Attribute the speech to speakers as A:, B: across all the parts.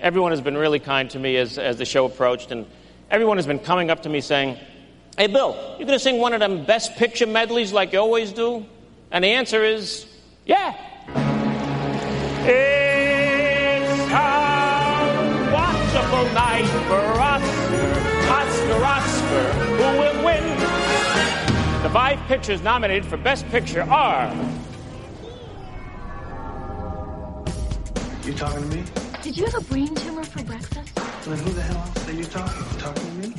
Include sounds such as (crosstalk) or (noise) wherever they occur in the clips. A: everyone has been really kind to me as, as the show approached, and everyone has been coming up to me saying, Hey, Bill, you going to sing one of them best picture medleys like you always do? And the answer is, yeah. It's a wonderful night for Oscar, Oscar, Oscar, who will win. The five pictures nominated for Best Picture are.
B: You talking to me?
C: Did you have a brain tumor for breakfast?
B: Then who the hell else are you talking? You talking to me?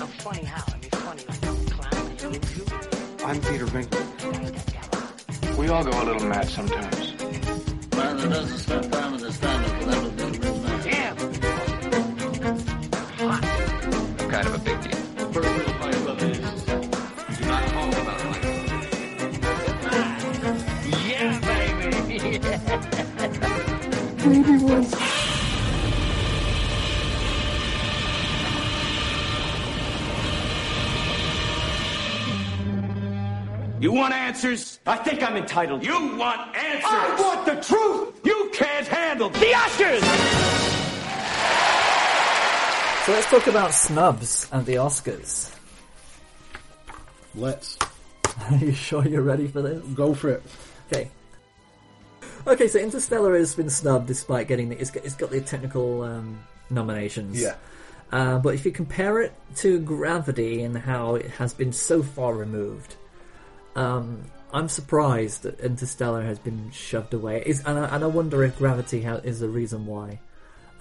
D: I'm funny how? I mean, funny like I'm a clown. I mean, you-
B: I'm Peter Venkman. We all go a little mad sometimes.
E: Man that doesn't spend time with his family can never be a real man.
D: Damn.
F: kind of a big deal.
G: You want answers?
H: I think I'm entitled.
G: You want answers?
H: I want the truth.
G: You can't handle
A: The Oscars!
I: So let's talk about snubs and the Oscars. (laughs)
E: Let's
I: Are you sure you're ready for this?
E: go for it.
I: Okay. Okay, so Interstellar has been snubbed despite getting the. It's got, it's got the technical um, nominations.
E: Yeah.
I: Uh, but if you compare it to Gravity and how it has been so far removed, um, I'm surprised that Interstellar has been shoved away. Is and, I, and I wonder if Gravity ha- is the reason why.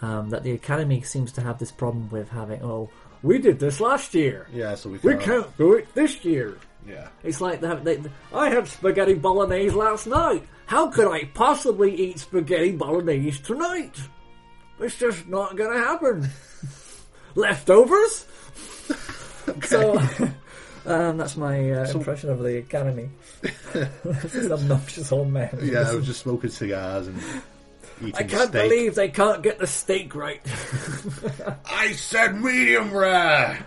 I: Um, that the Academy seems to have this problem with having, oh, we did this last year.
E: Yeah, so we
I: We
E: can.
I: can't do it this year.
E: Yeah.
I: It's like they, have- they, I had spaghetti bolognese last night. How could I possibly eat spaghetti bolognese tonight? It's just not going to happen. Leftovers. So (laughs) um, that's my uh, impression of the Academy. (laughs) this is obnoxious old man.
E: Yeah, I was just smoking cigars and
I: (laughs)
E: eating
I: I can't
E: steak.
I: believe they can't get the steak right. (laughs)
E: I said medium rare.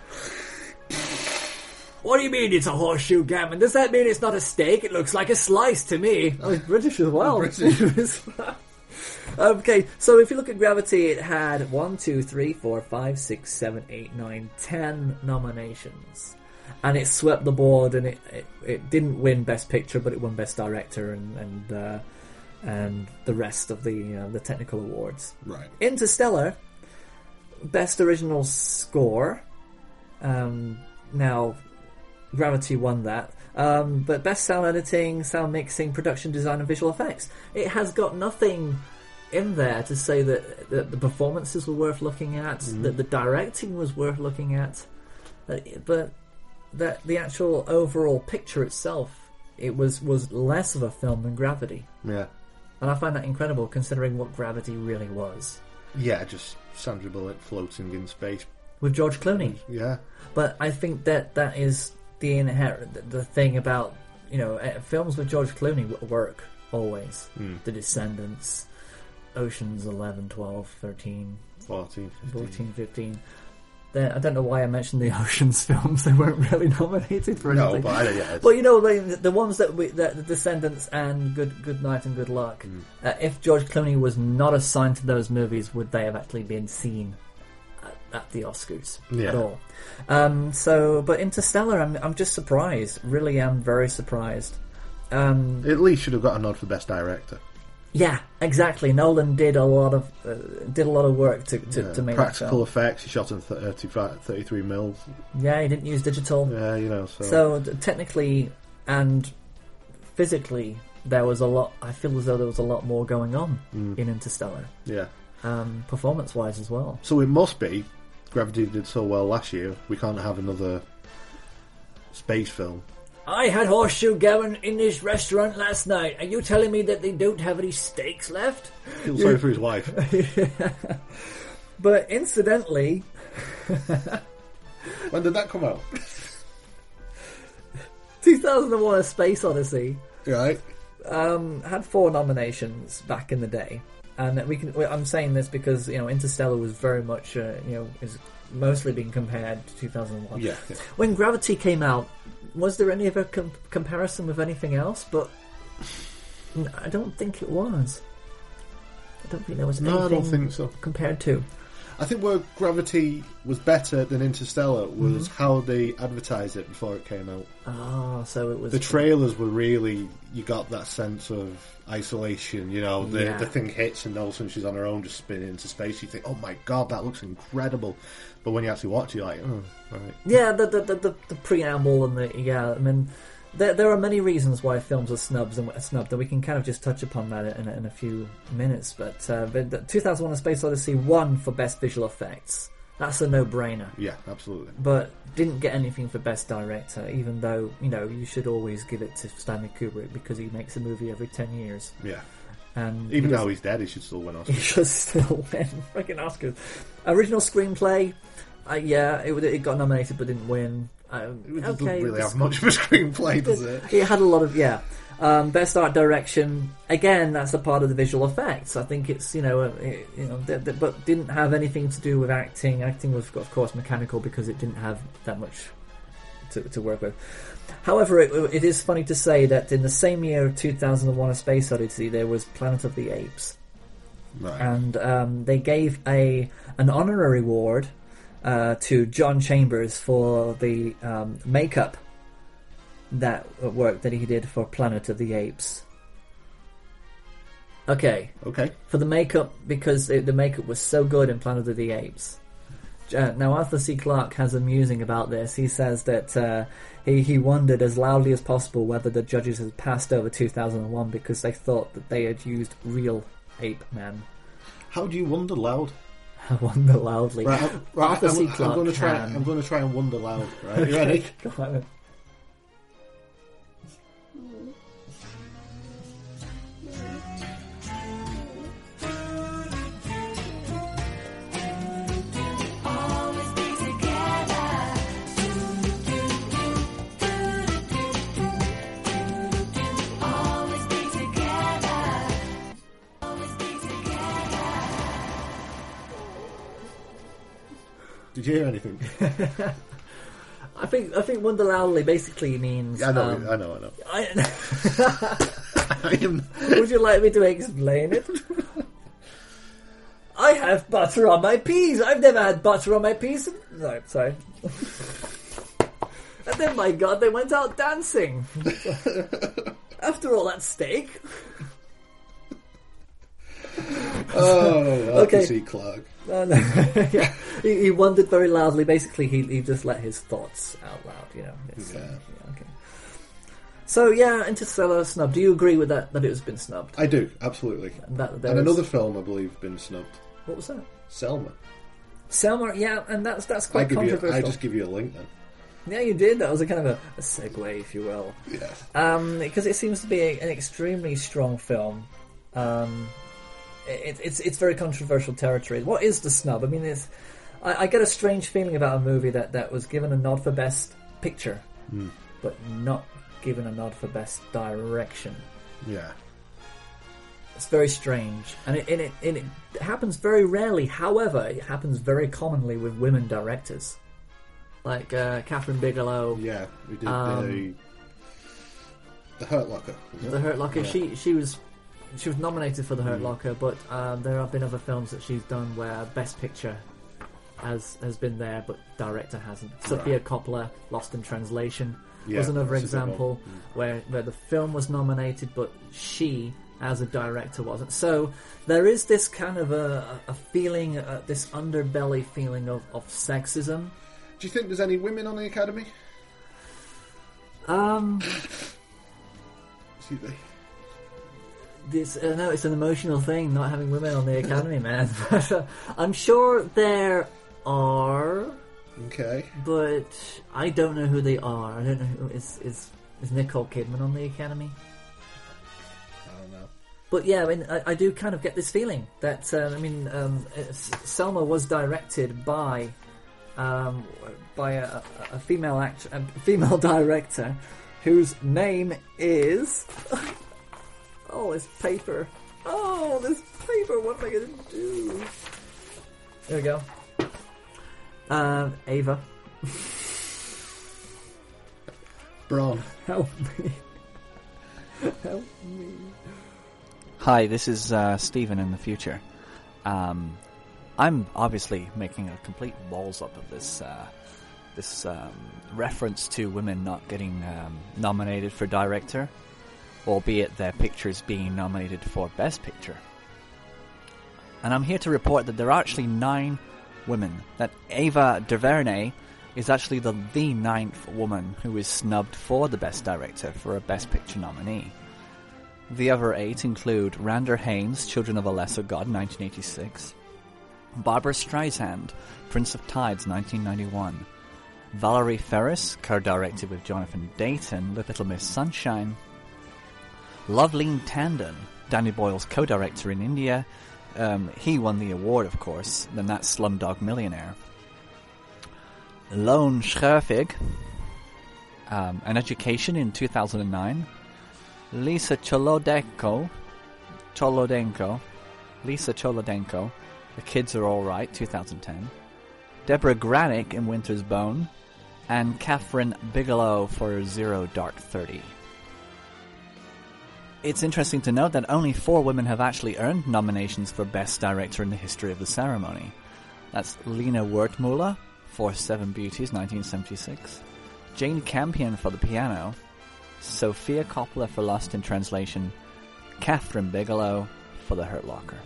I: what do you mean it's a horseshoe gammon? Does that mean it's not a steak? It looks like a slice to me. Oh, it's British as well.
E: British.
I: (laughs) okay, so if you look at Gravity, it had one, two, three, four, five, six, seven, eight, nine, ten nominations. And it swept the board and it, it, it didn't win Best Picture, but it won Best Director and, and, uh, and the rest of the, uh, the technical awards.
E: Right.
I: Interstellar, best original score. Um, now, Gravity won that. Um, but best sound editing, sound mixing, production design, and visual effects. It has got nothing in there to say that, that the performances were worth looking at, that the directing was worth looking at, that- but that the actual overall picture itself, it was was less of a film than Gravity,
E: Yeah.
I: and I find that incredible considering what Gravity really was.
E: Yeah, just Sandra Bullock floating in space.
I: with George Clooney.
E: Yeah.
I: But I think that that is the inherent the, the thing about you know eh, films with George Clooney w- work always.
E: Hmm.
I: The Descendants, Ocean's 11, 12, 13,
E: 14, 15.
I: 14, 15. They're- I don't know why I mentioned the (laughs) Oceans films. They weren't really nominated for
E: No,
I: anything.
E: but I, yeah, it's-
I: Well, you know, the, the ones that we, the, the Descendants and Good Good Night and Good Luck.
E: Mm.
I: Uh, if George Clooney was not assigned to those movies, would they have actually been seen at, at the Oscars
E: Yeah.
I: at all? Um, so, but Interstellar, I'm I'm just surprised. Really, am very surprised. Um,
E: at least should have got a nod for best director.
I: yeah, exactly. Nolan did a lot of uh, did a lot of work to to,
E: Yeah.
I: to make that
E: Practical
I: film.
E: effects. He shot in 35, 33 mils.
I: Yeah, he didn't use digital.
E: Yeah, you know. So,
I: So th- technically and physically, there was a lot. I feel as though there was a lot more going on in Interstellar,
E: yeah.
I: um, performance-wise as well.
E: So it must be Gravity did so well last year. We can't have another space film.
I: I had horseshoe gammon in this restaurant last night. Are you telling me that they don't have any steaks left?
E: Feel sorry for his
I: (laughs)
E: wife.
I: But incidentally,
E: When did that
I: (laughs)
E: come out?
I: 2001: A Space Odyssey
E: Right.
I: had four nominations back in the day, and we can. well, I'm saying this because you know Interstellar was very much uh, you know is mostly being compared to 2001.
E: Yeah, yeah.
I: When Gravity came out, was there any of a com- comparison with anything else? But n- I don't think it was. I don't think there was
E: No, I
I: anything
E: don't think so.
I: compared to.
E: I think where Gravity was better than Interstellar was
I: Mm-hmm.
E: how they advertised it before it came out.
I: Ah, so it was
E: The trailers were really you got that sense of isolation. You know, the
I: Yeah.
E: the thing hits and all of a sudden she's on her own, just spinning into space. You think, oh my god, that looks incredible. But when you actually watch it, you're like, oh, right.
I: Yeah, the the, the, the the preamble and the yeah. I mean, there there are many reasons why films are snubs and snubbed, and we can kind of just touch upon that in, in a few minutes. But uh, but the 2001: A Space Odyssey won for best visual effects. That's a no-brainer.
E: Yeah, absolutely.
I: But didn't get anything for best director, even though you know you should always give it to Stanley Kubrick because he makes a movie every ten years. (laughs)
E: Yeah.
I: And
E: Even though he's dead, he should still win
I: he
E: Oscar.
I: should still (laughs) win freaking Oscars. Original screenplay, uh, yeah, it, would- it got nominated but didn't win. Um,
E: It doesn't
I: okay,
E: really
I: it's- (laughs)
E: have much of a screenplay, does it?
I: it had a lot of yeah. Um, best art direction again. That's the part of the visual effects. I think it's you know uh, it, you know th- th- but didn't have anything to do with acting. Acting was of course mechanical because it didn't have that much to, to work with. However, it, it is funny to say that in the same year of 2001: A Space Odyssey, there was Planet of the Apes
E: Right.
I: and um, they gave a an honorary award uh, to John Chambers for the um, makeup that uh, work that he did for Planet of the Apes. Okay,
E: okay.
I: for the makeup because it, the makeup was so good in Planet of the Apes. Uh, now Arthur C. Clarke has a musing about this. He says that uh, he he wondered as loudly as possible whether the judges had passed over 2001 because they thought that they had used real ape men.
E: How do you wonder loud?
I: I wonder loudly.
E: Right, I- right,
I: Arthur
E: I'm,
I: C.
E: I'm
I: Clarke
E: going to try.
I: can.
E: I'm going to try and wonder loud. (laughs) Right,
I: (laughs)
E: you ready? Did you hear anything?
I: I think I think wonder loudly basically means.
E: I know.
I: um,
E: I know. I know.
I: I-
E: (laughs)
I: (laughs)
E: I am.
I: would you like me to explain it? (laughs) I have butter on my peas. I've never had butter on my peas. No, sorry. (laughs) and then, my God, they went out
E: (laughs)
I: dancing. After all that steak,
E: (laughs) Oh, Arthur
I: Okay.
E: C. Clarke.
I: No, no. (laughs) yeah. he, he wondered very loudly. Basically, he, he just let his thoughts out loud. You know. It's, uh,
E: Yeah.
I: yeah, okay. So yeah, Interstellar snub. Do you agree with that? That it has been snubbed.
E: I do absolutely.
I: That there
E: And
I: is-
E: another film I believe been snubbed.
I: What was that?
E: Selma.
I: Selma. Yeah, and that's that's
E: I
I: quite
E: give you.
I: controversial.
E: I just give you a link then.
I: Yeah, you did. That was a kind of a, a segue, if you will.
E: Yeah. Uh,
I: Um, because it seems to be a, an extremely strong film. Um, it, it's it's very controversial territory. What is the snub? I mean, it's I, I get a strange feeling about a movie that, that was given a nod for best picture, but not given a nod for best direction.
E: Yeah.
I: It's very strange, and it and it, and it happens very rarely. However, it happens very commonly with women directors, like uh, Catherine Bigelow.
E: Yeah. We did the
I: Um,
E: the Hurt Locker. was it?
I: The Hurt Locker.
E: Yeah. Hmm.
I: She she was she was nominated for The Hurt Locker, but um, there have been other films that she's done where Best Picture has has been there, but director hasn't. Sophia Coppola, Lost in Translation,
E: Yeah,
I: was another
E: that's a good one. Hmm.
I: example where where the film was nominated, but she as a director wasn't. So there is this kind of a, a feeling, uh, this underbelly feeling of, of sexism.
E: Do you think there's any women on the Academy?
I: Um,
E: See they.
I: This, uh, no, it's an emotional thing not having women on the academy, man. (laughs) But, uh, I'm sure there are,
E: Okay.
I: but I don't know who they are. I don't know who is is is Nicole Kidman on the academy.
E: I don't know.
I: But yeah, I mean, I, I do kind of get this feeling that uh, I mean, um, uh, S- Selma was directed by um, by a, a- a female act, a female (laughs) director, whose name is (laughs) oh, this paper. Oh, this paper. What am I going to do? There we go. Um, Ava,
E: Braun.
I: help me. help me. Hi, this is uh, Stephen in the future. Um, I'm obviously making a complete balls up of this uh, this um, reference to women not getting um, nominated for director, albeit their pictures being nominated for best picture. And I'm here to report that there are actually nine women. That Ava DuVernay is actually the the ninth woman who is snubbed for the best director for a best picture nominee. The other eight include Rander Haynes, Children of a Lesser God, 1986, Barbara Streisand, Prince of Tides, 1991, Valerie Ferris, co-directed with Jonathan Dayton, The Little Miss Sunshine, Loveline Tandon, Danny Boyle's co-director in India. Um, he won the award, of course, then that's Slumdog Millionaire. Lone Scherfig, um, An Education in 2009, Lisa Cholodenko, Cholodenko, Lisa Cholodenko, The Kids Are Alright, 2010, Deborah Granick in Winter's Bone, and Catherine Bigelow for Zero Dark Thirty. It's interesting to note that only four women have actually earned nominations for Best Director in the history of the ceremony. That's Lena Wertmuller for Seven Beauties, 1976, Jane Campion for The Piano, Sophia Coppola for Lost in Translation, Catherine Bigelow for The Hurt Locker.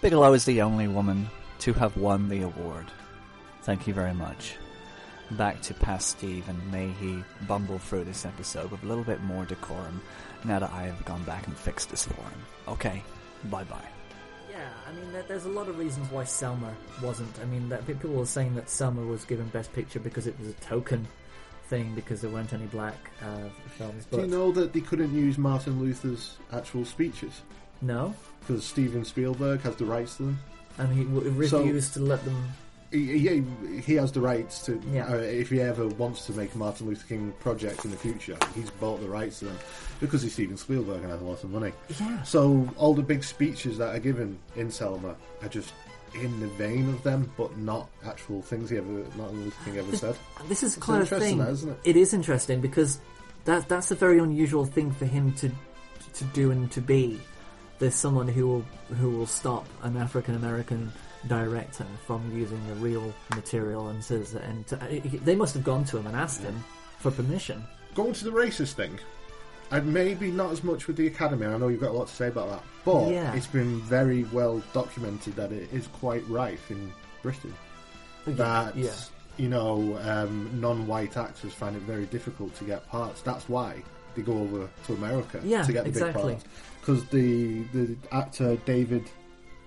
I: Bigelow is the only woman to have won the award. Thank you very much. Back to past Steve, and may he bumble through this episode with a little bit more decorum now that I have gone back and fixed this for him. Okay, bye bye.
J: Yeah, I mean, there, there's a lot of reasons why Selma wasn't. I mean, that, people were saying that Selma was given Best Picture because it was a token thing because there weren't any black uh, films. But
E: Do you know that they couldn't use Martin Luther's actual speeches
J: no,
E: because Steven Spielberg has the rights to them?
J: and he w-
E: So-
J: refused to let them.
E: He, he, he has the rights to.
J: Yeah.
E: Uh, if he ever wants to make a Martin Luther King project in the future, he's bought the rights to them because he's Steven Spielberg and has a lot of money.
J: Yeah.
E: So all the big speeches that are given in Selma are just in the vein of them, but not actual things he ever Martin Luther King ever said.
J: This is kind of
E: interesting
J: thing.
E: though, isn't it?
J: It is interesting because that that's a very unusual thing for him to to do and to be. There's someone who will who will stop an African American director from using the real material and says and to, they must have gone to him and asked him for permission.
E: Going to the racist thing, and maybe not as much with the Academy. I know you've got a lot to say about that, but
J: Yeah.
E: it's been very well documented that it is quite rife in Britain. That
J: yeah.
E: you know, um, non-white actors find it very difficult to get parts. That's why they go over to America
J: Yeah,
E: to get the
J: exactly.
E: big parts. Because the the actor David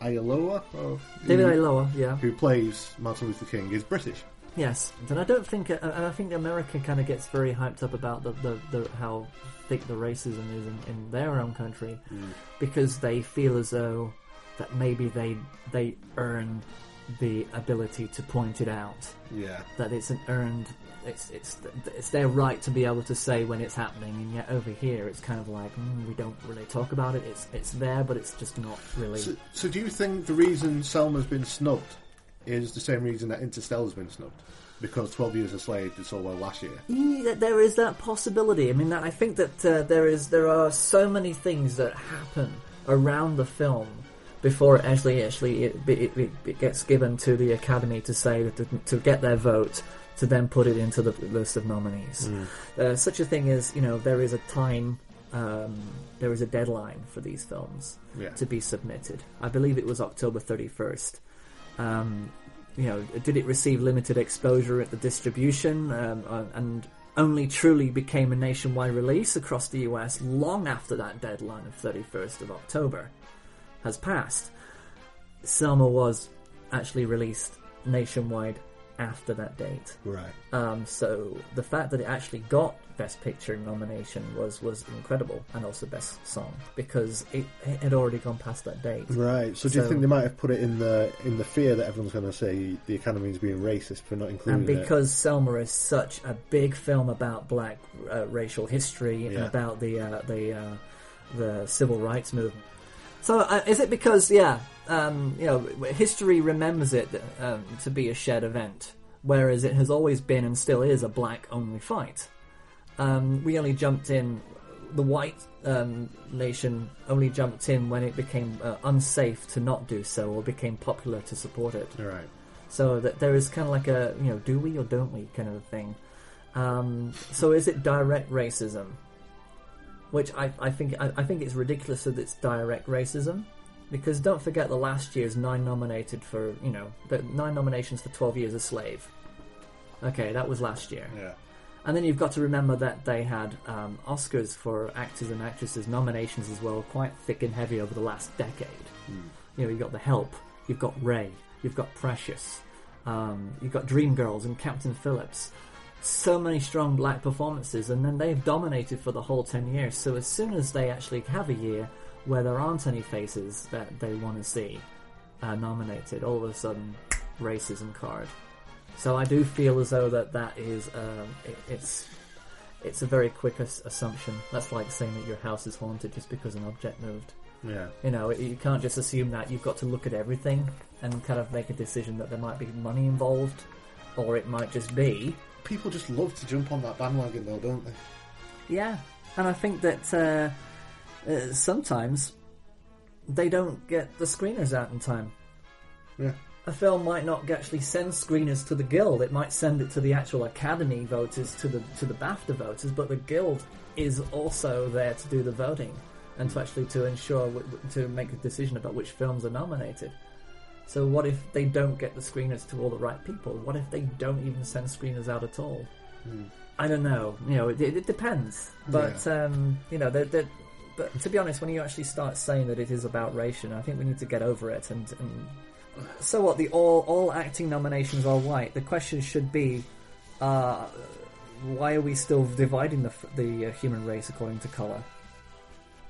E: Ayaloa, or
J: David
E: who-
J: Iloa, yeah.
E: who plays Martin Luther King, is British.
J: Yes, and I don't think, and I think America kind of gets very hyped up about the, the, the how thick the racism is in, in their own country because they feel as though that maybe they they earn the ability to point it out
E: Yeah.
J: that it's an earned it's it's it's their right to be able to say when it's happening and yet over here it's kind of like mm, we don't really talk about it it's it's there but it's just not really
E: So, so do you think the reason Selma's been snubbed is the same reason that Interstellar's been snubbed? Because 12 Years a Slave did so well last year.
J: Yeah, there is that possibility. I mean, that, I think that uh, there is there are so many things that happen around the film before it actually actually it, it, it, it gets given to the Academy to say that to, to get their vote to then put it into the list of nominees. Uh, such a thing as you know there is a time. Um, there is a deadline for these films
E: Yeah.
J: to be submitted. I believe it was October 31st um, you know, did it receive limited exposure at the distribution um, uh, and only truly became a nationwide release across the US long after that deadline of 31st of October has passed. Selma was actually released nationwide after that date.
E: Right.
J: Um, so the fact that it actually got Best Picture nomination was, was incredible and also Best Song because it, it had already gone past that date.
E: Right. So do you
J: So-
E: think they might have put it in the in the fear that everyone's going to say the Academy's being racist for not including
J: and because Selma is such a big film about black uh, racial history and
E: Yeah.
J: about the uh, the uh, the civil rights movement. So uh, is it because yeah, um, you know, history remembers it um, to be a shared event, whereas it has always been and still is a black only fight. Um, we only jumped in the white um, nation only jumped in when it became uh, unsafe to not do so or became popular to support it.
E: All right.
J: So that there is kind of like a you know do we or don't we kind of a thing. Um, so is it direct racism? Which I, I think I, I think it's ridiculous that it's direct racism, because don't forget the last year's nine nominated for you know the nine nominations for Twelve Years a Slave. Okay, that was last year.
E: Yeah.
J: And then you've got to remember that they had um, Oscars for actors and actresses nominations as well, quite thick and heavy over the last decade. You know, you've got The Help, you've got Ray, you've got Precious, um, you've got Dreamgirls and Captain Phillips. So many strong black performances, and then they've dominated for the whole 10 years. So as soon as they actually have a year where there aren't any faces that they want to see uh, nominated, all of a sudden, racism card. So I do feel as though that that is um, it, it's it's a very quick as- assumption. That's like saying that your house is haunted just because an object moved.
E: Yeah.
J: You know, you can't just assume that. You've got to look at everything and kind of make a decision that there might be money involved, or it might just be
E: People just love to jump on that bandwagon, though, don't they?
J: Yeah, and I think that uh, uh, sometimes they don't get the screeners out in time.
E: Yeah.
J: A film might not actually send screeners to the guild. It might send it to the actual Academy voters, to the to the BAFTA voters, but the guild is also there to do the voting and to actually to ensure w- w- to make a decision about which films are nominated. So what if they don't get the screeners to all the right people? What if they don't even send screeners out at all? I don't know. You know, it, it depends. But um, you know, they're, they're- but to be honest, when you actually start saying that it is about racial, I think we need to get over it. And, and so what? The all all acting nominations are white. The question should be, uh, why are we still dividing the f- the uh, human race according to color?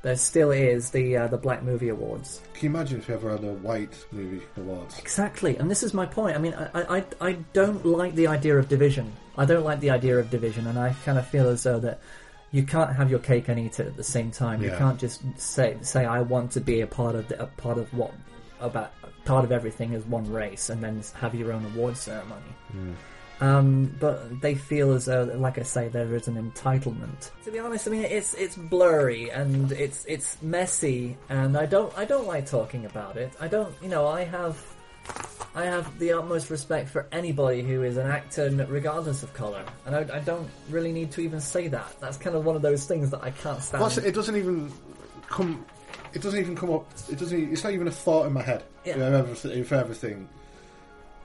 J: There still is the uh, the Black Movie Awards.
E: Can you imagine if we ever had a white movie awards?
J: Exactly, and this is my point. I mean, I, I, I don't like the idea of division. I don't like the idea of division, and I kind of feel as though that you can't have your cake and eat it at the same time. You
E: Yeah.
J: can't just say say I want to be a part of the, a part of what about part of everything as one race, and then have your own award ceremony. Um, but they feel as though, like I say, there is an entitlement. To be honest, I mean, it's it's blurry and it's it's messy, and I don't I don't like talking about it. I don't, you know, I have I have the utmost respect for anybody who is an actor, n- regardless of color, and I, I don't really need to even say that. That's kind of one of those things that I can't stand.
E: Plus, it doesn't even come. It doesn't even come up. It doesn't. e, It's not even a thought in my head.
J: Yeah.
E: If I ever, if I ever think,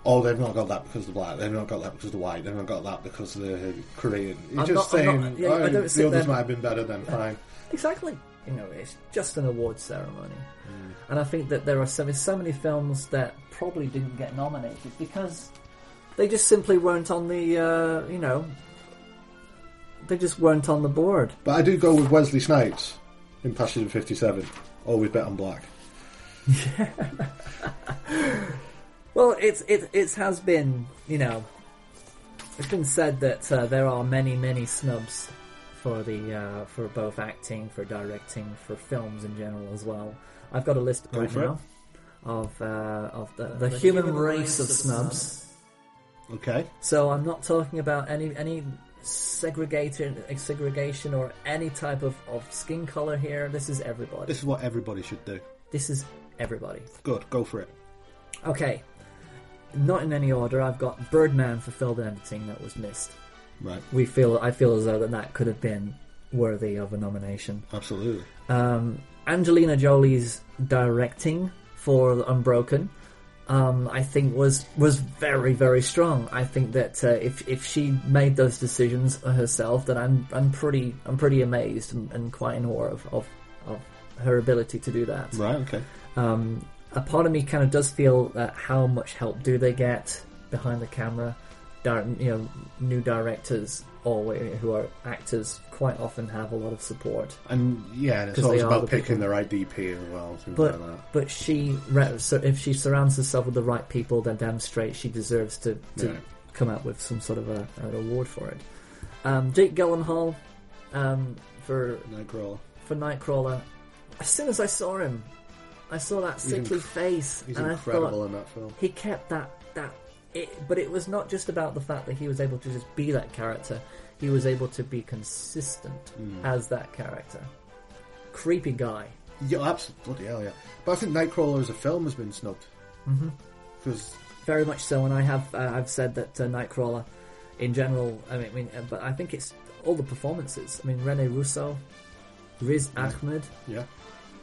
E: oh, they've not got that because of the black. They've not got that because of the white. They've not got that because of the Korean. You're
J: I'm
E: just
J: not- I'm
E: saying,
J: not- yeah, I
E: oh,
J: don't
E: the
J: sit
E: others
J: there-
E: might have been better. Then fine.
J: Exactly. You know, it's just an award ceremony. And I think that there are so, there's so many films that probably didn't get nominated because they just simply weren't on the, uh, you know, they just weren't on the board.
E: But I do go with Wesley Snipes in Passenger 57. Always bet on black.
J: Well, it's it it has been you know, it's been said that uh, there are many many snubs for the uh, for both acting, for directing, for films in general as well. I've got a list right
E: for it.
J: now of uh, of the, the, human, race, of snubs.
E: Okay.
J: So I'm not talking about any any segregation segregation or any type of, of skin color here. This is everybody.
E: This is what everybody should do.
J: This is everybody.
E: Good. Go for it.
J: Okay. Not in any order. I've got Birdman for film editing that was missed.
E: Right.
J: We feel I feel as though that that could have been worthy of a nomination.
E: Absolutely.
J: Um, Angelina Jolie's directing for Unbroken, um, I think was was very very strong. I think that uh, if if she made those decisions herself, then I'm I'm pretty I'm pretty amazed and, and quite in awe of, of of her ability to do that
E: Right. Okay.
J: um, a part of me kind of does feel uh, how much help do they get behind the camera? Dar- you know, new directors or who are actors quite often have a lot of support.
E: And yeah, and it's
J: 'Cause they
E: always
J: are
E: about
J: the
E: picking
J: people.
E: the right DP as well. Things
J: But
E: like that.
J: but she re- so if she surrounds herself with the right people, then damn straight she deserves to, to
E: Yeah.
J: come out with some sort of a, an award for it. Um, Jake Gyllenhaal um, for
E: Nightcrawler.
J: for Nightcrawler. As soon as I saw him, I saw that sickly
E: inc-
J: face,
E: He's
J: and I thought,
E: incredible in that film.
J: he kept that that it, but it was not just about the fact that he was able to just be that character. He was able to be consistent
E: Hmm.
J: as that character. Creepy guy.
E: Yeah, absolutely. Bloody hell, yeah. But I think Nightcrawler as a film has been snubbed.
J: Mm-hmm.
E: Because
J: Very much so, and I have uh, I've said that uh, Nightcrawler, in general, I mean, I mean, uh, but I think it's all the performances. I mean, Rene Russo, Riz
E: Hmm.
J: Ahmed,
E: yeah,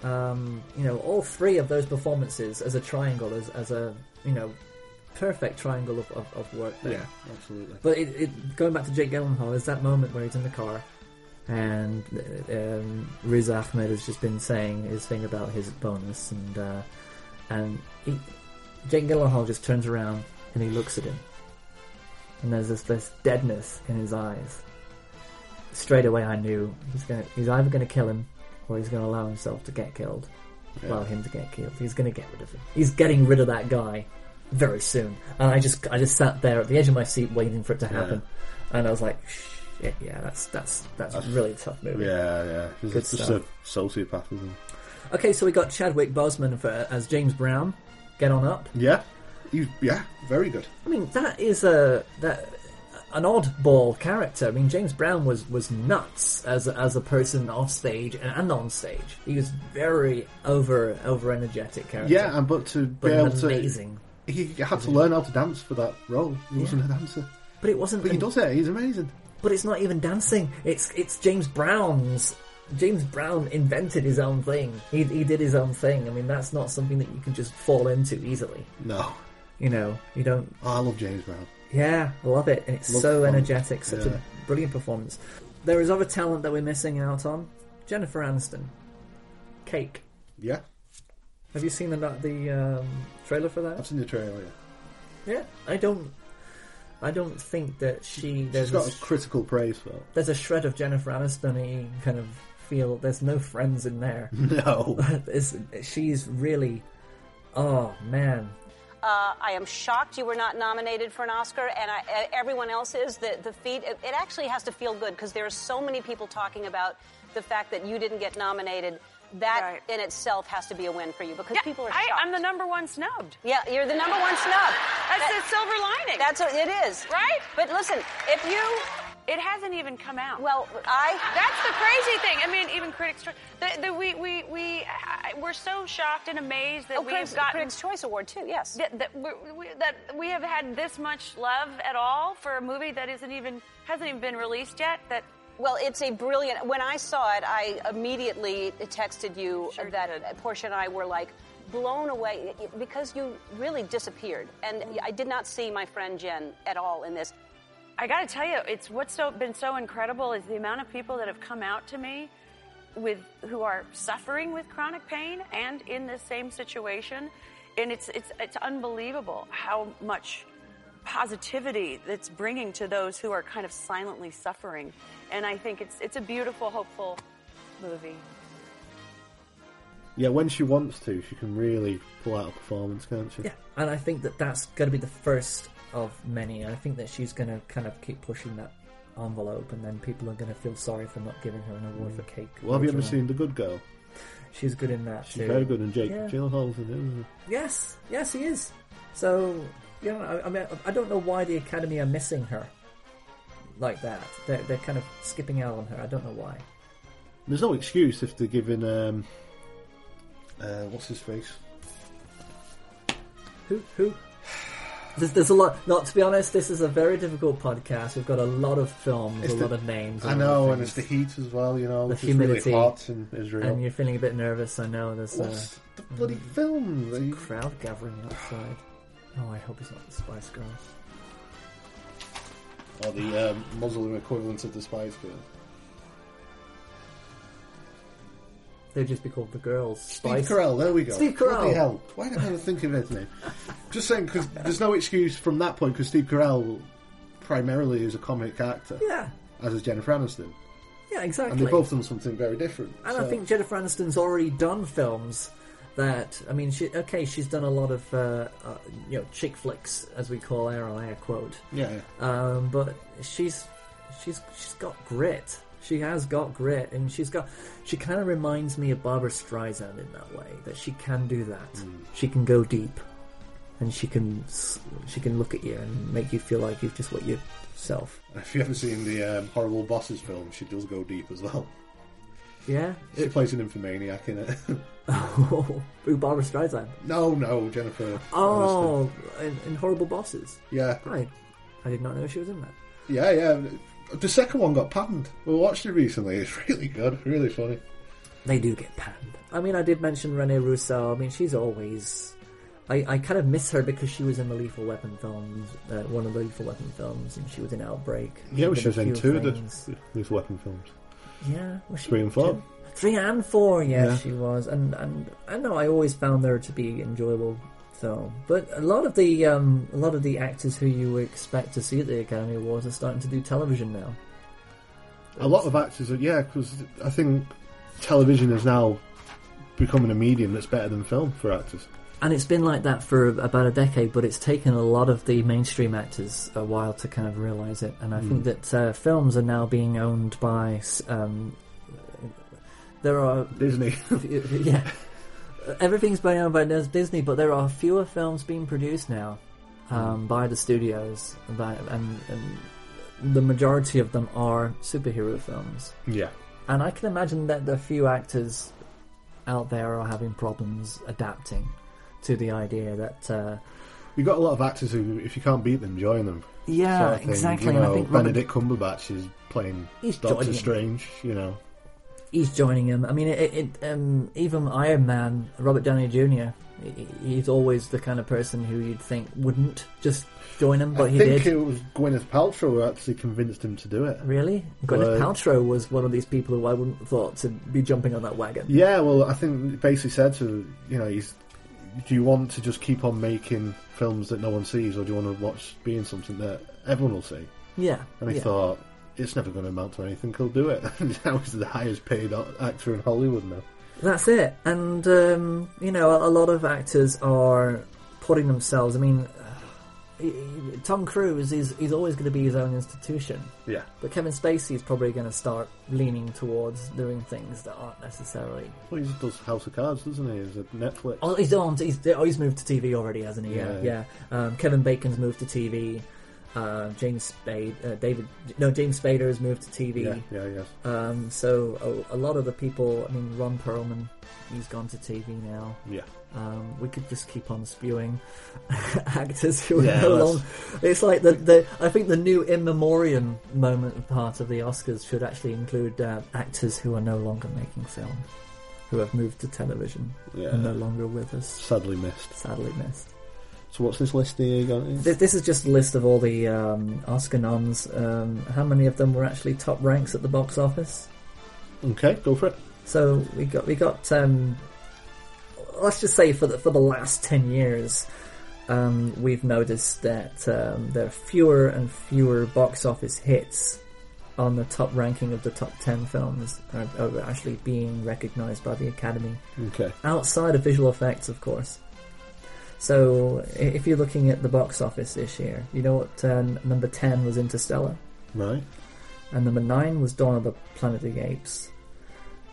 J: um, you know, all three of those performances as a triangle, as as a you know, perfect triangle of, of, of work there.
E: yeah, absolutely.
J: But it, it, going back to Jake Gyllenhaal, is that moment where he's in the car and um, Riz Ahmed has just been saying his thing about his bonus, and uh, and he, Jake Gyllenhaal just turns around and he looks at him, and there's this, this deadness in his eyes. Straight away, I knew he's gonna he's either gonna kill him or he's gonna allow himself to get killed, allow him to get killed. He's gonna get rid of him. He's getting rid of that guy very soon. And I just I just sat there at the edge of my seat waiting for it to happen. And I was like, shit, yeah, that's that's that's a really tough movie.
E: yeah, yeah. He's
J: Good
E: just
J: stuff.
E: a sociopath, isn't he?
J: Okay, so we got Chadwick Boseman for, as James Brown. Get on up.
E: Yeah, he's yeah, very good.
J: I mean, that is a that an oddball character. I mean, James Brown was was nuts as a, as a person off stage and on stage. He was very over over energetic character.
E: Yeah, and but to
J: but
E: be able to,
J: amazing.
E: he had to learn how to dance for that role. He wasn't a dancer,
J: But it wasn't.
E: but he
J: an-
E: does it. He's amazing.
J: But it's not even dancing. It's it's James Brown's. James Brown invented his own thing. He he did his own thing. I mean, that's not something that you can just fall into easily.
E: No,
J: You know, you don't.
E: Oh, I love James Brown.
J: Yeah, I love it, and it's
E: Love
J: so
E: fun.
J: energetic. Such
E: Yeah.
J: a brilliant performance. There is other talent that we're missing out on. Jennifer Aniston, Cake.
E: Yeah,
J: Have you seen the the um, trailer for that?
E: I've seen the trailer. Yeah.
J: Yeah, I don't. I don't think that she. There's
E: He's got
J: a
E: a critical praise for it.
J: there's a shred of Jennifer Aniston kind of feel. There's no friends in there.
E: (laughs) (laughs) No,
J: It's- she's really, oh man,
K: Uh, I am shocked you were not nominated for an Oscar, and I, e- everyone else is. The, the feat, it, it actually has to feel good because there are so many people talking about the fact that you didn't get nominated. That
D: Right.
K: in itself has to be a win for you because people are
D: I,
K: shocked.
D: I'm the number one snubbed.
K: yeah, you're the number one snub.
D: That's the silver lining.
K: That's what it is.
D: Right?
K: But listen, if you
D: it hasn't even come out.
K: Well, I.
D: That's the crazy thing. I mean, even critics, Choice- the, the, we we we I, we're so shocked and amazed that
K: Oh,
D: we've
K: Critics,
D: gotten
K: Critics' Choice Award too. Yes.
D: that, that, we're- we, that we have had this much love at all for a movie that isn't even hasn't even been released yet. That
K: Well, it's a brilliant. When I saw it, I immediately texted you
D: Sure
K: that
D: did.
K: Portia and I were like blown away because you really disappeared, and I did not see my friend Jen at all in this.
D: I got to tell you, it's what's so, been so incredible is the amount of people that have come out to me with who are suffering with chronic pain and in this same situation, and it's it's it's unbelievable how much positivity that's bringing to those who are kind of silently suffering, and I think it's it's a beautiful, hopeful movie.
E: yeah. When she wants to, she can really pull out a performance, can't she?
J: yeah. And I think that that's going to be the first of many. I think that she's going to kind of keep pushing that envelope, and then people are going to feel sorry for not giving her an award for Cake.
E: Mm. Well, have you ever
J: later on.
E: seen The Good Girl?
J: She's good in that.
E: She's
J: too.
E: very good, and Jake
J: Yeah.
E: Gyllenhaal's in it. Isn't
J: Yes, yes, he is. So, yeah, I, I mean, I don't know why the Academy are missing her like that. They're, they're kind of skipping out on her. I don't know why.
E: he? There's no excuse if they're giving um, uh, what's his face?
J: Who? Who? There's, there's a lot. Not to be honest, this is a very difficult podcast. We've got a lot of films,
E: It's
J: a
E: the-
J: lot of names.
E: I
J: a lot of
E: know, and it's
J: things.
E: the heat as well. You know,
J: The
E: which is really
J: humidity.
E: hot in Israel.
J: And Mm. you're feeling a bit nervous. I know there's a
E: What's the bloody film? They-
J: crowd gathering outside. Oh, I hope it's not the Spice Girls.
E: Or the um, Muslim equivalent of the Spice Girl.
J: They'd just be called the Girls. Spice.
E: Steve Carell, there we go.
J: Steve Carell.
E: Bloody hell. Why did I never think of his name? Just saying, because there's no excuse from that point, because Steve Carell primarily is a comic actor,
J: Yeah,
E: as is Jennifer Aniston.
J: yeah, exactly.
E: And they've both done something very different.
J: And I
E: so-
J: think Jennifer Aniston's already done films that I mean, she okay, she's done a lot of uh, uh, you know chick flicks as we call air on air quote,
E: Yeah, yeah.
J: um, but she's she's she's got grit. She has got grit, and she's got. She kind of reminds me of Barbara Streisand in that way that she can do that. She can go deep, and she can s- she can look at you and make you feel like you've just what yourself.
E: If you ever seen the um, horrible bosses film, she does go deep as well.
J: Yeah. (laughs)
E: She plays an infomaniac in it. (laughs)
J: Oh, Barbara Streisand.
E: no, no, Jennifer.
J: Oh,
E: Aniston.
J: in, in horrible bosses.
E: yeah,
J: Right. I did not know she was in that.
E: yeah, yeah. The second one got panned. We watched it recently. It's really good, really funny.
J: They do get panned. I mean, I did mention Rene Russo. I mean, she's always. I, I kind of miss her because she was in the Lethal Weapon films, uh, one of the Lethal Weapon films, and she was in Outbreak.
E: Yeah, we
J: Did a
E: should have seen
J: few
E: two of
J: things.
E: the Lethal Weapon films.
J: Yeah, was she
E: Three and four.
J: two? Three and four, yes,
E: Yeah.
J: she was, and and I know I always found her to be enjoyable. So, but a lot of the um, a lot of the actors who you would expect to see at the Academy Awards are starting to do television now.
E: A lot of actors, are, yeah, because I think television is now becoming a medium that's better than film for actors.
J: And it's been like that for about a decade, but it's taken a lot of the mainstream actors a while to kind of realize it. And I think that uh, films are now being owned by. s- Um, there are. (laughs)
E: (laughs) Disney.
J: yeah. Everything's being owned by Disney, but there are fewer films being produced now um, by the studios, by, and, and the majority of them are superhero films.
E: yeah.
J: And I can imagine that the few actors out there are having problems adapting to the idea that. Uh,
E: You've got a lot of actors who, if you can't beat them, join them.
J: yeah,
E: sort of thing.
J: exactly.
E: You know,
J: and I think Robert-
E: Benedict Cumberbatch is playing
J: He's
E: Doctor
J: joining.
E: Strange. You know,
J: he's joining him. I mean, it, it, um, even Iron Man, Robert Downey Jr. he- He's always the kind of person who you'd think wouldn't just join him, but
E: I
J: he
E: think
J: did.
E: it was Gwyneth Paltrow who actually convinced him to do it.
J: Really, Gwyneth
E: Well-
J: Paltrow was one of these people who I wouldn't have thought to be jumping on that wagon.
E: Yeah, well, I think it basically said to you know, he's, do you want to just keep on making films that no one sees, or do you want to watch being something that everyone will see?
J: Yeah,
E: And he
J: yeah.
E: thought. It's never going to amount to anything. He'll do it. (laughs) And now he's the highest paid o- actor in Hollywood now.
J: That's it. And, um, you know, a, a lot of actors are putting themselves. I mean, (sighs) uh, Tom Cruise is he's always going to be his own institution.
E: Yeah,
J: But Kevin Spacey is probably going to start leaning towards doing things that aren't necessarily.
E: well, he just does House of Cards, doesn't he? Is it Netflix?
J: Oh, he's on. He's, oh, he's moved to TV already, hasn't he? Yeah.
E: Yeah.
J: yeah. Um, Kevin Bacon's moved to TV. Uh, James Spade, uh, David, no, James Spader has moved to TV.
E: yeah, yeah, yes.
J: Um, so a, a lot of the people, I mean, Ron Perlman, he's gone to TV now.
E: yeah.
J: Um, we could just keep on spewing (laughs) actors who are
E: Yeah,
J: no
E: that's-
J: long. It's like the, the I think the new in memoriam moment part of the Oscars should actually include uh, actors who are no longer making film, who have moved to television
E: Yeah.
J: and no longer with us.
E: Sadly missed.
J: Sadly missed.
E: So what's this list here? Got?
J: This, this is just a list of all the um, Oscar noms. Um, how many of them were actually top ranks at the box office?
E: Okay, go for it.
J: So we got we got um, let's just say for the for the last ten years, um, we've noticed that um, there are fewer and fewer box office hits on the top ranking of the top ten films are, are actually being recognised by the Academy
E: Okay.
J: outside of visual effects, of course. So i- if you're looking at the box office this year, you know what uh, n- number ten was Interstellar.
E: Right.
J: And number nine was Dawn of the Planet of the Apes.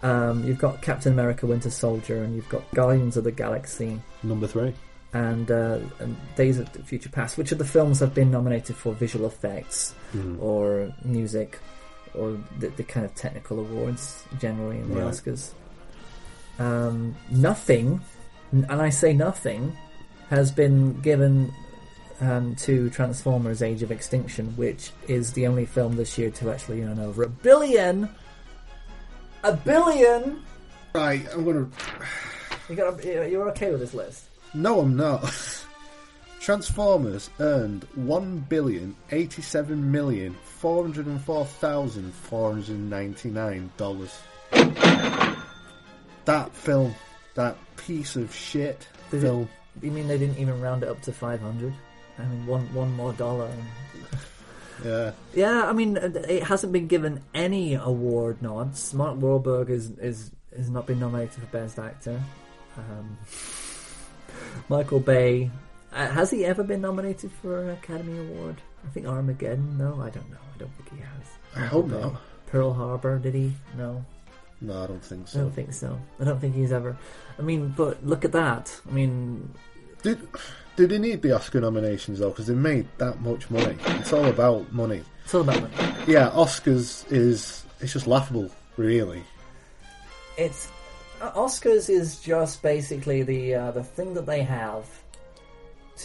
J: Um, you've got Captain America Winter Soldier, and you've got Guardians of the Galaxy,
E: Number three.
J: and, uh, and Days of the Future Past, which of the films have been nominated for visual effects or music or the, the kind of technical awards generally in the
E: Right.
J: Oscars. Um, nothing, n- and I say nothing, has been given um, to Transformers: Age of Extinction, which is the only film this year to actually earn over a billion. A billion.
E: Right, I'm gonna.
J: You got. A, you're okay with this list?
E: No, I'm not. (laughs) Transformers earned one billion eighty-seven million four hundred and four thousand four hundred and ninety-nine dollars. That film, that piece of shit
J: Did it-
E: film.
J: You mean they didn't even round it up to five hundred? I mean, one one more dollar. and-
E: Yeah,
J: Yeah, I mean, uh, it hasn't been given any award nods. Mark Wahlberg is is has not been nominated for Best Actor. Um, (laughs) Michael Bay, uh, has he ever been nominated for an Academy Award? I think Armageddon. No, I don't know. I don't think he has.
E: I hope not.
J: Pearl Harbor, did he? No,
E: No, I don't think
J: I
E: so.
J: don't think so. I don't think he's ever. I mean, but look at that. I mean,
E: Did do they need the Oscar nominations though? Because they made that much money. It's all about money.
J: It's all about money.
E: Yeah, Oscars is it's just laughable, really.
J: It's uh, Oscars is just basically the uh, the thing that they have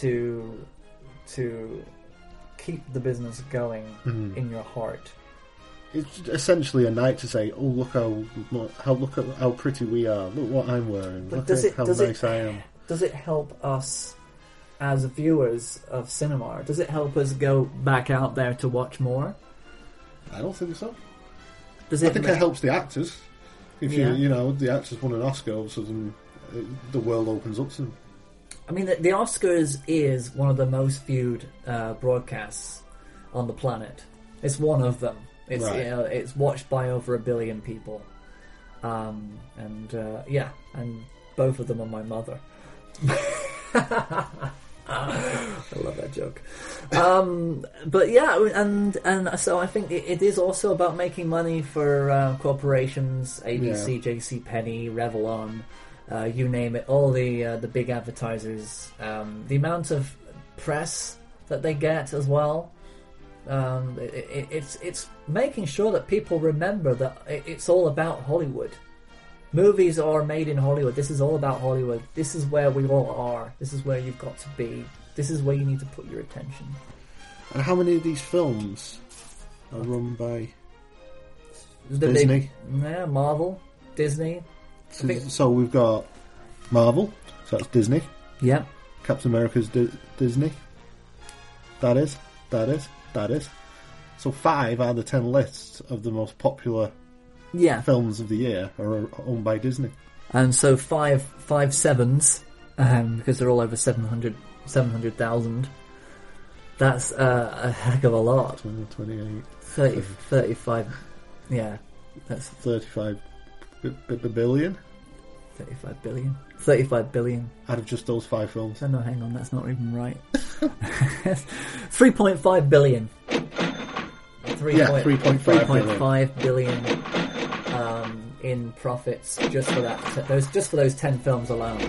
J: to to keep the business going
E: Mm-hmm.
J: in your heart.
E: It's essentially a night to say, "Oh, look how mu- how look at how pretty we are. Look what I'm wearing.
J: But
E: look
J: does
E: at
J: it
E: how
J: does
E: nice
J: it
E: I am."
J: does it help us as viewers of cinema? Does it help us go back out there to watch more?
E: I don't think so.
J: Does
E: I
J: it
E: think
J: ma-
E: it helps the actors. If
J: Yeah.
E: you you know the actors won an Oscar, all of a sudden uh, the world opens up to them.
J: I mean, the, the Oscars is one of the most viewed uh, broadcasts on the planet. It's one of them. It's
E: Right.
J: you know, it's watched by over a billion people. Um, and uh, yeah, and both of them are my mother. (laughs) I love that joke. Um, but yeah, and and so I think it, it is also about making money for uh, corporations, ABC, JC Penney, Revlon, uh, you name it, all the uh, the big advertisers. Um, the amount of press that they get as well. Um, it, it, it's it's making sure that people remember that it, it's all about Hollywood. Movies are made in Hollywood. This is all about Hollywood. This is where we all are. This is where you've got to be. This is where you need to put your attention.
E: And how many of these films are run by?
J: The
E: Disney.
J: Big, yeah, Marvel, Disney.
E: So,
J: think-
E: so we've got Marvel, so that's Disney.
J: Yep.
E: Captain America's D- Disney. That is, that is, that is. So five out of the ten lists of the most popular
J: Yeah.
E: films of the year are owned by Disney.
J: And so five five sevens, um, because they're all over 700 700,000. That's uh, a heck of a lot.
E: 20, 28,
J: 30, 35, yeah, that's
E: 35 b- b- b- billion
J: 35 billion. 35 billion.
E: out of just those five films.
J: Oh, no, hang on, that's not even right. (laughs) 3.5 billion. Three
E: Yeah,
J: point-
E: 3.5
J: 3.5 billion um, in profits just for that t- those just for those 10 films alone.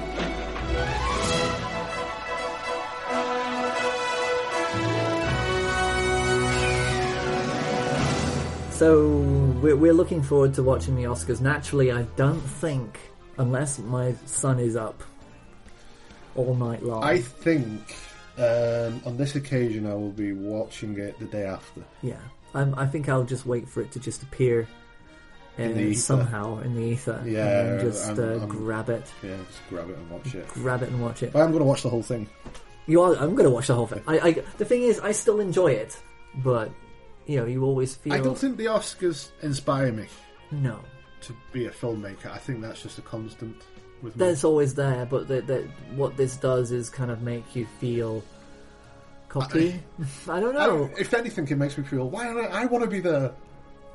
J: So we're, we're looking forward to watching the Oscars. Naturally, I don't think unless my son is up all night long.
E: I think um, on this occasion I will be watching it the day after.
J: Yeah, I'm, I think I'll just wait for it to just appear
E: In the
J: uh,
E: ether.
J: somehow in the ether.
E: Yeah,
J: and then just
E: I'm-
J: uh,
E: I'm-
J: grab it,
E: Yeah, just grab it and watch it.
J: grab it and watch it.
E: But I'm going to watch the whole thing.
J: You are. I'm going to watch the whole thing. I, I, the thing is, I still enjoy it, but you know, you always feel
E: I don't think the Oscars inspire me
J: no.
E: to be a filmmaker. I think that's just a constant with me.
J: That's always there, but the, the, what this does is kind of make you feel cocky. (laughs) I, don't
E: I
J: know.
E: don't- if anything, it makes me feel why don't I, I want to be there.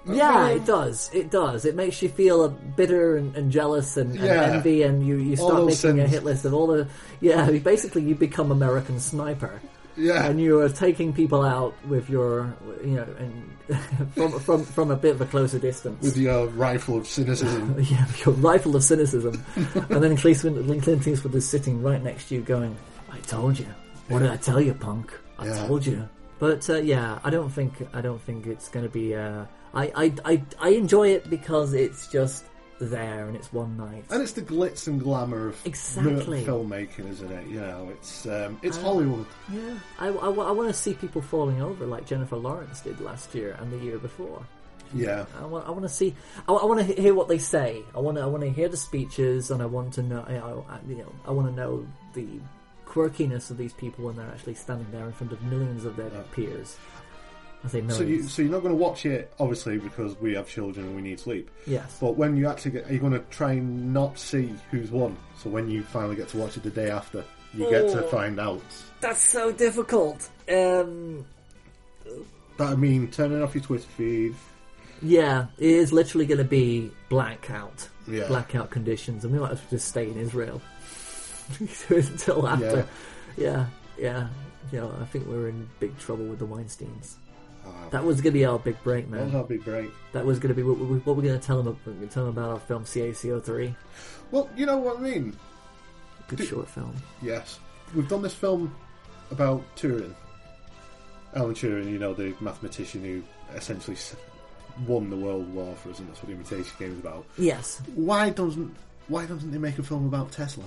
J: yeah, it does. It does. It makes you feel uh, bitter and, and jealous and, and
E: Yeah.
J: envy, and you, you
E: All
J: start making
E: those
J: a
E: sins.
J: hit list of all the. Yeah, you- basically, you become American Sniper.
E: Yeah.
J: And you are taking people out with your, you know, and (laughs) from from from a bit of a closer distance.
E: With your uh, rifle of cynicism.
J: (laughs) yeah, with your rifle of cynicism, and then Clint, Clint Eastwood is sitting right next to you, going, "I told you. What did I tell you, punk? I
E: Yeah.
J: told you." But uh, yeah, I don't think I don't think it's going to be. Uh, I, I I I enjoy it because it's just there and it's one night.
E: and it's the glitz and glamour of
J: Exactly. Oh.
E: real filmmaking, isn't it? You know, it's um, it's Hollywood.
J: Yeah, I, want to see people falling over like Jennifer Lawrence did last year and the year before.
E: Yeah.
J: I want, I want to see. I, want to hear what they say. I want to. I want to hear the speeches, and I want to know. I, I, you know, I want to know the quirkiness of these people when they're actually standing there in front of millions of their peers. I say millions.
E: So you so you're not going to watch it obviously because we have children and we need sleep.
J: Yes.
E: But when you actually get, are you going to try and not see who's won? So when you finally get to watch it the day after, you get to
J: Oh.
E: find out.
J: That's so difficult. Um,
E: That I mean, turning off your Twitter feed.
J: yeah, it is literally going to be blackout.
E: Yeah.
J: Blackout conditions, and we might as well just stay in Israel (laughs) until after. Yeah. yeah, yeah, I think we're in big trouble with the Weinstein's.
E: Oh,
J: That was going to be our big break, man.
E: That'll be great.
J: That was going to be what, we- what we're going to tell them. We're going to tell them about our film CACO three.
E: Well, you know what I mean.
J: Good short film.
E: Yes. we've done this film about Turing. Alan Turing, you know, the mathematician who essentially s- won the World War for us, and that's what the Imitation Game is about.
J: Yes.
E: Why doesn't Why doesn't they make a film about Tesla?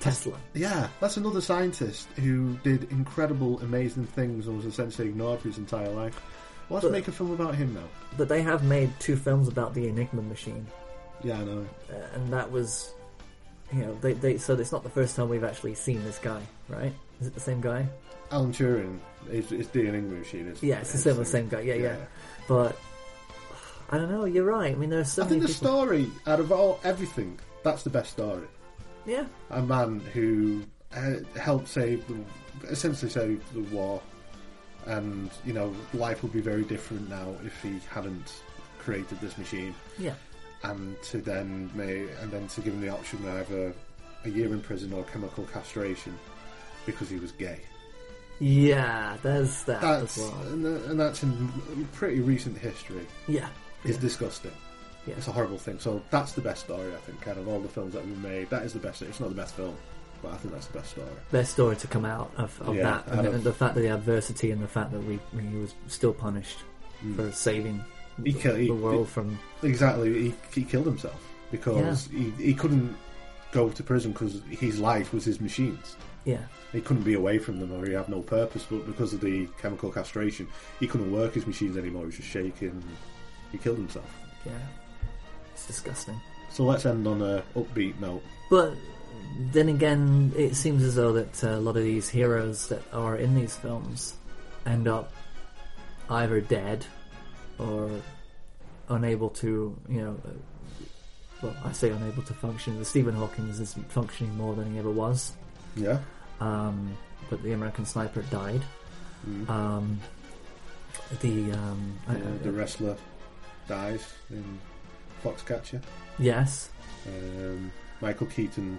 J: Tesla.
E: Yeah, that's another scientist who did incredible, amazing things and was essentially ignored for his entire life. Let's
J: But-
E: make a film about him now.
J: But they have made two films about the Enigma machine,
E: Yeah, I know.
J: uh, and that was, you know, they, they so it's not the first time we've actually seen this guy, right? Is it the same guy?
E: Alan Turing is, is doing English machine. Is,
J: Yeah, it's the same, the same guy. Yeah, yeah, But I don't know. You're right. I mean, there's so
E: I think
J: many
E: the
J: people.
E: story out of all everything, that's the best story.
J: yeah,
E: A man who uh, helped save, the, essentially save the war, and you know life would be very different now if he hadn't created this machine.
J: yeah,
E: and to then may and then to give him the option of either a year in prison or chemical castration because he was gay.
J: yeah. There's that
E: That's
J: as well.
E: and, tha- and that's in pretty recent history.
J: Yeah,
E: It's disgusting.
J: Yeah.
E: It's a horrible thing. So that's the best story I think. Out of all the films that have been made, that is the best. It's not the best film, but I think that's the best story.
J: best story to come out of, of
E: Yeah,
J: that, and
E: out
J: the,
E: of-
J: the fact that the adversity and the fact that we he was still punished for saving
E: Hmm. He
J: the,
E: kill- he-
J: the world
E: he-
J: from
E: Exactly. He, he killed himself because he, he couldn't go to prison because his life was his machines.
J: yeah.
E: He couldn't be away from them or he had no purpose, but because of the chemical castration, he couldn't work his machines anymore. He was just shaking. He killed himself.
J: Yeah, it's disgusting.
E: So let's end on a upbeat note.
J: But then again, it seems as though that uh, a lot of these heroes that are in these films end up either dead or unable to, you know, uh, well, I say unable to function. The Stephen Hawking is functioning more than he ever was,
E: Yeah?
J: um, but the American Sniper died. Um, the um, I-
E: Uh, the wrestler dies in Foxcatcher.
J: yes,
E: Um, Michael Keaton,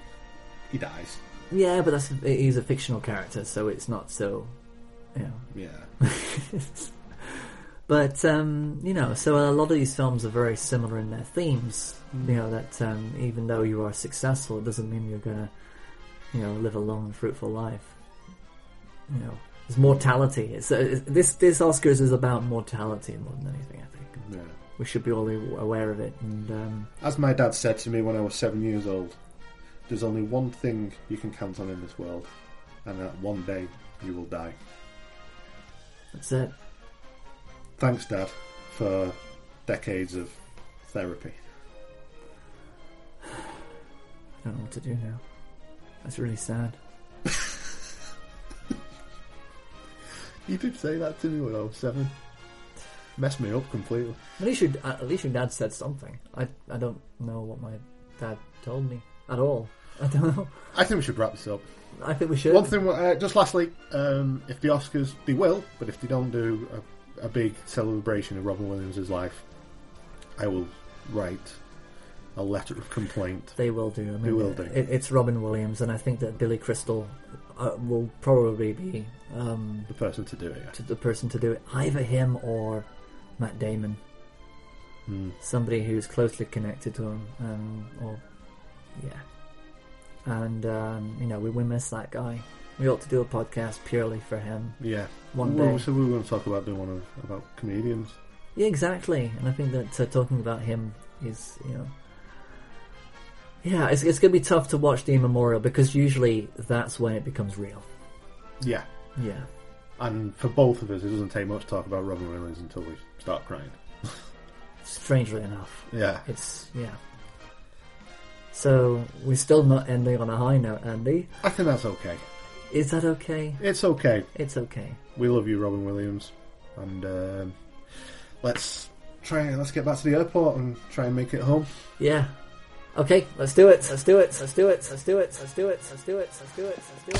E: he dies.
J: yeah, but that's he's a fictional character, so it's not so, you know. (laughs)
E: Yeah.
J: But um, you know, so a lot of these films are very similar in their themes. You know that um, even though you are successful, it doesn't mean you're gonna, you know, live a long and fruitful life. You know, it's mortality. It's, uh, this this Oscars is about mortality more than anything. I think
E: yeah.
J: we should be all aware of it. And um,
E: As my dad said to me when I was seven years old, there's only one thing you can count on in this world, and that one day you will die.
J: that's it.
E: Thanks, Dad, for decades of therapy.
J: I don't know what to do now. That's really sad.
E: You did say that to me when I was seven. Messed me up completely.
J: At least your at least your dad said something. I I don't know what my dad told me at all. (laughs) I don't know.
E: I think we should wrap this up.
J: I think we should.
E: One thing, uh, just lastly, um, if the Oscars, they will, but if they don't do a, a big celebration of Robin Williams' life, I will write a letter of complaint.
J: They will do. I mean,
E: They will do.
J: It, it's Robin Williams, and I think that Billy Crystal uh, will probably be um,
E: The person to do it. yeah.
J: to the person to do it, either him or Matt Damon, somebody who's closely connected to him, um, or yeah. And um, you know, we, we miss that guy. We ought to do a podcast purely for him.
E: Yeah.
J: One
E: Well,
J: day.
E: So we were going to talk about doing one of, about comedians.
J: Yeah, exactly. And I think that uh, talking about him is, you know, yeah, it's, it's going to be tough to watch the immemorial because usually that's when it becomes real.
E: Yeah.
J: Yeah.
E: And for both of us, it doesn't take much to talk about Robin Williams until we start crying.
J: Strangely enough,
E: Yeah.
J: it's yeah. So we're still not ending on a high note, Andy.
E: I think that's okay.
J: Is that okay?
E: It's okay.
J: It's okay.
E: We love you, Robin Williams, and um, let's try. Let's get back to the airport and try and make it home.
J: Yeah. Okay, let's do it. Let's do it. Let's do it. Let's do it. Let's do it. Let's do it. Let's do it. Let's do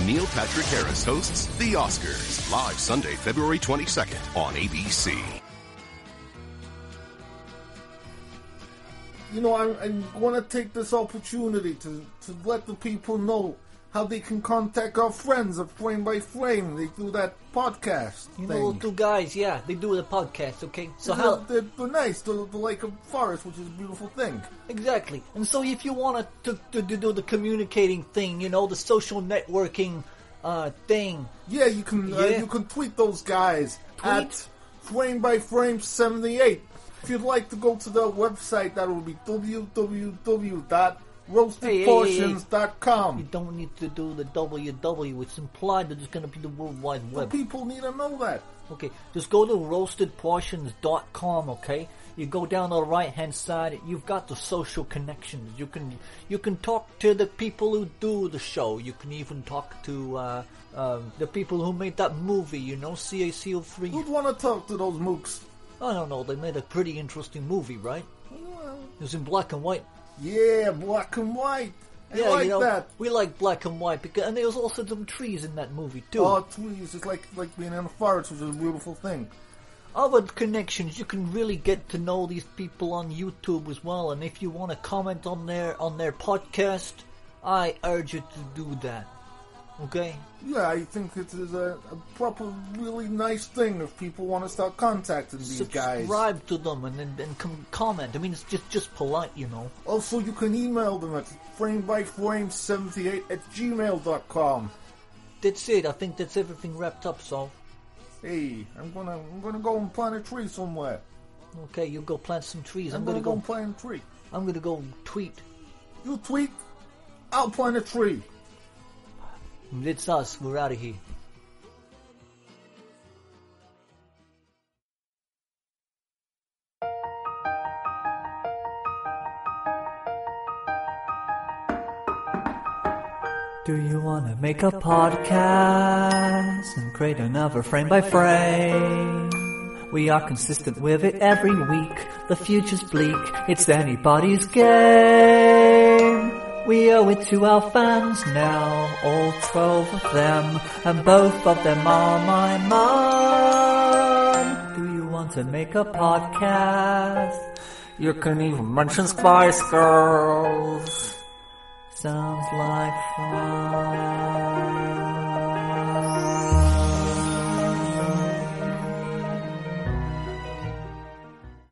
J: it.
L: Neil Patrick Harris hosts The Oscars, live Sunday, February 22nd on ABC.
B: You know, I, I want to take this opportunity to, to let the people know how they can contact our friends at Frame by Frame. They do that podcast.
M: You
B: thing.
M: know, two guys, yeah, they do the podcast, okay? So
J: Mm-hmm.
B: They're-
M: how.
B: they're, they're nice. They're, they're like a forest, which is a beautiful thing.
M: Exactly. And so if you want to, to, to do the communicating thing, you know, the social networking uh, thing.
B: Yeah, you can uh, you can tweet those guys at frame by frame 78. If you'd like to go to their website, that will be www.roastedportions.com.
M: You don't need to do the www. It's implied that it's going to be the World Wide Web.
B: people need to know that.
M: Okay, just go to roastedportions.com. Okay, you go down the right hand side. You've got the social connections. You can you can talk to the people who do the show. You can even talk to uh, um, the people who made that movie. You know, CACO3.
B: Who'd want to talk to those mooks?
M: I don't know. They made a pretty interesting movie, right? It was in black and white.
B: Yeah, black and white. I
M: yeah,
B: like
M: you know,
B: that.
M: we like black and white because, and there was also some trees in that movie too.
B: Oh, trees. It's like like being in a forest, which is a beautiful thing.
M: other connections you can really get to know these people on YouTube as well and if you want to comment on their on their podcast I urge you to do that okay
B: Yeah, I think it is a, a proper, really nice thing if people want to start contacting these guys.
M: subscribe to them and and, and com- comment I mean it's just just polite you know
B: Also, you can email them at framebyframe78 at gmail.com.
M: that's it I think that's everything wrapped up so
B: Hey, I'm gonna I'm gonna go and plant a tree somewhere.
M: okay you go plant some trees I'm,
B: I'm
M: gonna,
B: gonna go
M: go
B: and plant a tree
M: I'm gonna go tweet
B: you tweet I'll plant a tree
M: it's us we're out of here
J: Do you want to make a podcast and create another frame by frame? We are consistent with it every week. The future's bleak. It's anybody's game. We owe it to our fans now, all 12 of them, and both of them are my mom. Do you want to make a podcast? You can even mention Spice Girls. Sounds like fun.